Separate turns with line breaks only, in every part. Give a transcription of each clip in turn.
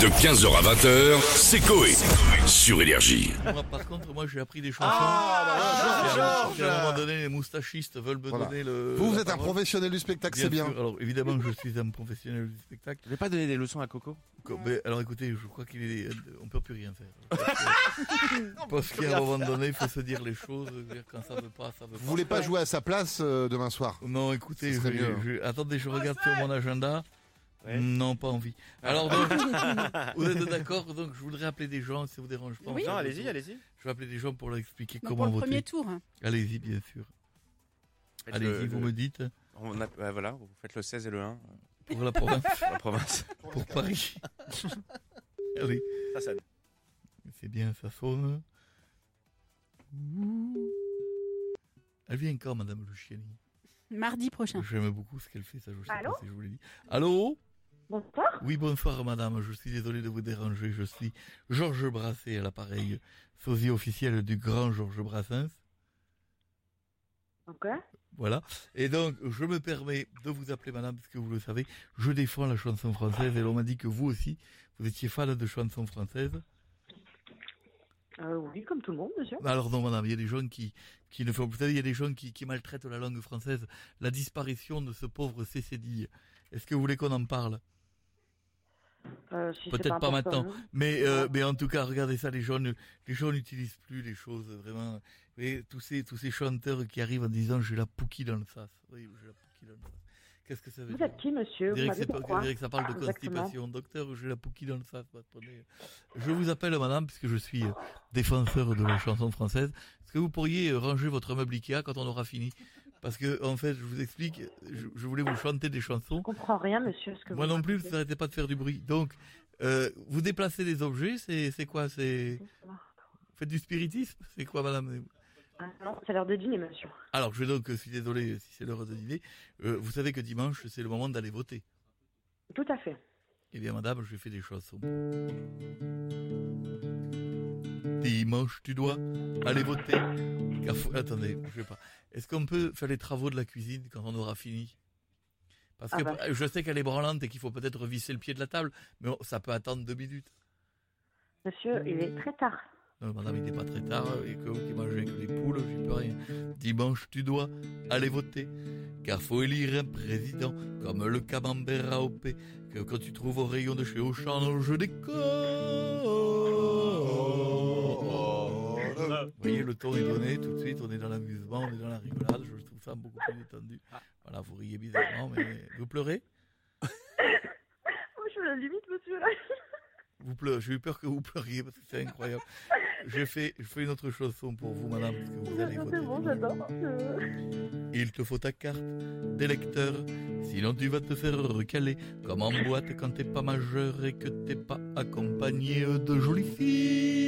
De 15h à 20h, c'est Coé. Sur Énergie.
Moi, par contre, moi, j'ai appris des chansons.
Ah,
Et à un-
Georges,
et À un
Georges.
moment donné, les moustachistes veulent me
Voilà.
donner le.
Vous, vous
la
êtes un
parole.
professionnel du spectacle, c'est bien.
Euh, sûr. Alors, évidemment, je suis un professionnel du spectacle.
Je vais pas donner des leçons à Coco.
Quoi, mais alors, écoutez, je crois qu'il est. On peut plus rien faire. Parce qu'à un moment donné, il faut se dire les choses. je veux dire, Quand ça veut pas, ça veut
Vous
pas.
voulez pas jouer à sa place euh, demain soir
Non, écoutez,
Ce serait
je-
mieux. hein.
je- attendez, je regarde sur mon agenda.
Ouais. Ah.
Non, pas envie. Alors, donc, vous êtes d'accord Donc, je voudrais appeler des gens, si ça vous dérange pas.
Oui.
on
Non,
fait
allez-y,
le tour.
allez-y.
Je vais appeler des gens pour leur expliquer
Non,
comment
pour le
voter.
premier tour. hein.
Allez-y, bien sûr.
Faites
Allez-y,
le-
vous
le-
me dites.
on a- ouais, voilà, vous faites le 16 et le 1
Pour la province,
pour la province.
pour Paris. Ah oui,
Ça, ça.
c'est bien, ça sonne. Elle vient quand, Madame Luciani
Mardi prochain.
J'aime beaucoup ce qu'elle fait, ça je sais
Allô
pas si je vous l'ai dit. Allô
Bonsoir.
Oui, bonsoir madame, je suis désolé de vous déranger, je suis Georges Brassens à l'appareil, sosie officiel du grand Georges Brassens.
Ok.
Voilà. Et donc, je me permets de vous appeler madame, parce que vous le savez, je défends la chanson française et l'on m'a dit que vous aussi, vous étiez fan de chansons françaises.
Euh, oui, comme tout le monde, monsieur.
Alors non, madame, il y a des gens qui, qui ne font, vous savez, il y a des gens qui, qui maltraitent la langue française. La disparition de ce pauvre CCD. Est-ce que vous voulez qu'on en parle
Euh, si c'est
Peut-être pas
important,
maintenant.
hein.
Mais, euh, mais en tout cas, regardez ça, les gens, ne- les gens n'utilisent plus les choses vraiment. Vous voyez, tous ces, tous ces chanteurs qui arrivent en disant j'ai la pouquille dans le sas. Oui, j'ai la pouquille dans le sas. Qu'est-ce que ça veut
Vous
dire
êtes qui, monsieur
On
Vous
dirait que,
m'avez
c'est pas- on
pourquoi
dirait que ça parle de
Ah, exactement.
constipation. Docteur, j'ai la pouquille dans le sas. bah, prenez. Je vous appelle, madame, puisque je suis euh, défenseur de la chanson française. Est-ce que vous pourriez euh, ranger votre meuble Ikea quand on aura fini Parce que, en fait, je vous explique, je, je voulais vous chanter des chansons.
Je comprends rien, monsieur, ce que
Moi
vous
non plus,
racontez.
ça n'arrêtait pas de faire du bruit. Donc, euh, vous déplacez des objets, c'est c'est quoi C'est vous faites du spiritisme C'est quoi, madame
Ah, non, c'est l'heure de dîner, monsieur.
Alors, je vais donc, je suis désolé si c'est l'heure de dîner. Euh, vous savez que dimanche, c'est le moment d'aller voter.
Tout à fait.
Eh bien, madame, je fais des chansons. Dimanche, tu dois aller voter. Car faut- Attendez, je sais pas. Est-ce qu'on peut faire les travaux de la cuisine quand on aura fini Parce que
Ah bah.
euh, je sais qu'elle est branlante et qu'il faut peut-être revisser le pied de la table, mais on- ça peut attendre deux minutes.
Monsieur, il
Euh.
est très tard.
Non, madame, il n'est pas très tard et que vous qui mangez avec les poules, j'y peux rien. Dimanche, tu dois aller voter. Car faut élire un président comme le camembert AOP que quand tu trouves au rayon de chez Auchan dans le jeu des corps. Vous voyez, le ton est donné, tout de suite, on est dans l'amusement, on est dans la rigolade, je trouve ça beaucoup plus détendu. Voilà, vous riez bizarrement, mais vous pleurez
Oh, je suis à la limite, monsieur, là.
Vous pleurez, j'ai eu peur que vous pleuriez parce que c'est incroyable. Je fais, je fais une autre chanson pour vous, madame, parce que vous allez voter.
C'est bon, j'adore. Euh,
Il te faut ta carte d'électeur, sinon tu vas te faire recaler comme en boîte quand t'es pas majeur et que t'es pas accompagné de jolies filles.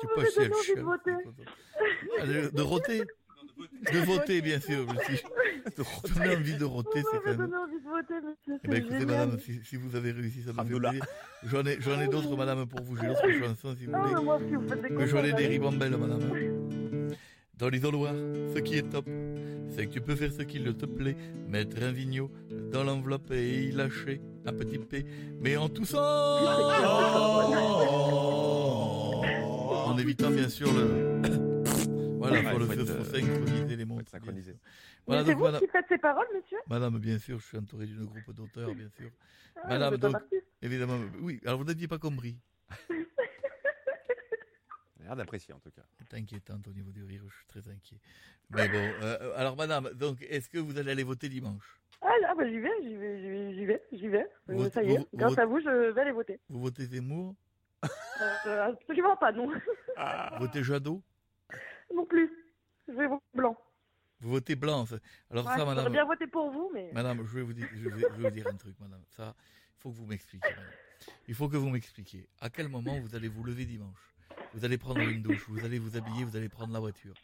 Tu
Vous m'avez
passes
donné
à
envie de
chier.
voter.
Ah, de- De roter De voter, bien sûr. Je suis... de donner envie de roter, c'est
Vous m'avez
quand même.
donné envie de voter, monsieur.
Eh
C'est
ben, écoutez,
génial. Ah,
madame, si, si vous avez réussi, ça me fait
Ramenez-la.
plaisir. J'en ai, j'en ai d'autres, madame, pour vous. J'ai d'autres chansons, si vous
Non,
voulez.
mais moi, si vous faites des
Que
concerts,
j'en ai des
allez.
ribambelles, madame. hein. Dans l'isoloir, ce qui est top, c'est que tu peux faire ce qu'il te plaît, mettre un vigno dans l'enveloppe et y lâcher un petit P, mais en toussant
Oh.
En évitant bien sûr le... Voilà,
Ouais,
pour le
faut
faire
être,
faut
euh,
synchroniser les mots.
être synchronisé.
Voilà,
Mais c'est
donc,
vous
madame,
qui faites ces paroles, monsieur
madame, bien sûr, je suis entouré d'une groupe d'auteurs, bien sûr.
Ah,
Madame,
vous êtes un
donc-
artiste.
Évidemment, oui, alors vous n'aviez pas compris.
Elle a l'air d'apprécier en tout cas.
C'est inquiétante au niveau du rire, je suis très inquiet. Mais bon, euh, alors madame, donc est-ce que vous allez aller voter dimanche
Ah, là, bah, j'y vais, j'y vais, j'y vais, j'y vais, j'y vais. Euh,
Vote-
Ça y
vote-
est, grâce
vote-
à vous, je vais aller voter.
Vous votez Zemmour
Euh, absolument pas, non.
Vous votez Jadot
Non plus. Je vais voter blanc.
Vous votez Blanc ça- Alors
Ouais,
ça,
J'aurais
madame,
bien voté pour vous, mais.
madame, je vais vous dire, je vais- je vais vous dire un truc, madame. Ça, il faut que vous m'expliquiez. madame. Il faut que vous m'expliquiez. À quel moment vous allez vous lever dimanche Vous allez prendre une douche, vous allez vous habiller, vous allez prendre la voiture.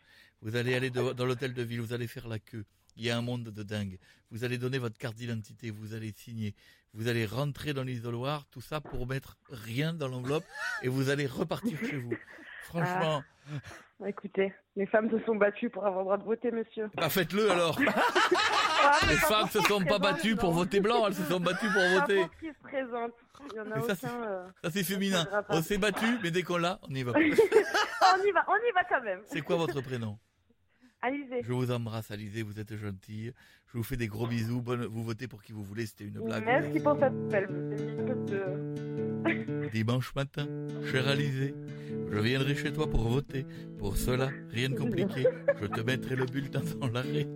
Vous allez aller de- dans l'hôtel de ville, vous allez faire la queue. Il y a un monde de dingue. Vous allez donner votre carte d'identité, vous allez signer, vous allez rentrer dans l'isoloir, tout ça pour mettre rien dans l'enveloppe et vous allez repartir chez vous. Franchement,
Bah, Écoutez, les femmes se sont battues pour avoir le droit de voter, monsieur.
Bah faites-le alors.
Ah, mais
Les
par
femmes
contre,
se
qui
sont pas
présente,
battues pour
non.
voter blanc, elles se sont battues pour
Par
voter.
contre, qui se présente Il y en a
Mais ça,
aucun. euh.
Ça c'est féminin. On s'est battu, mais dès qu'on l'a, on y va.
Ah, on y va, on y va quand même.
C'est quoi votre prénom
Alizé.
Je vous embrasse Alizé, vous êtes gentille. Je vous fais des gros bisous. Bonne... Vous votez pour qui vous voulez, c'était une blague.
Merci pour cette belle minute de-
Dimanche matin, cher Alizé, je viendrai chez toi pour voter. Pour cela, rien de compliqué. Je te mettrai le bulletin dans l'arrêt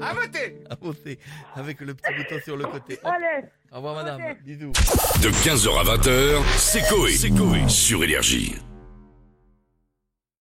À voter
à voter avec le petit bouton sur le côté. Hop,
Allez,
au revoir madame. Bisous.
De 15h à 20h, c'est Coé sur Énergie.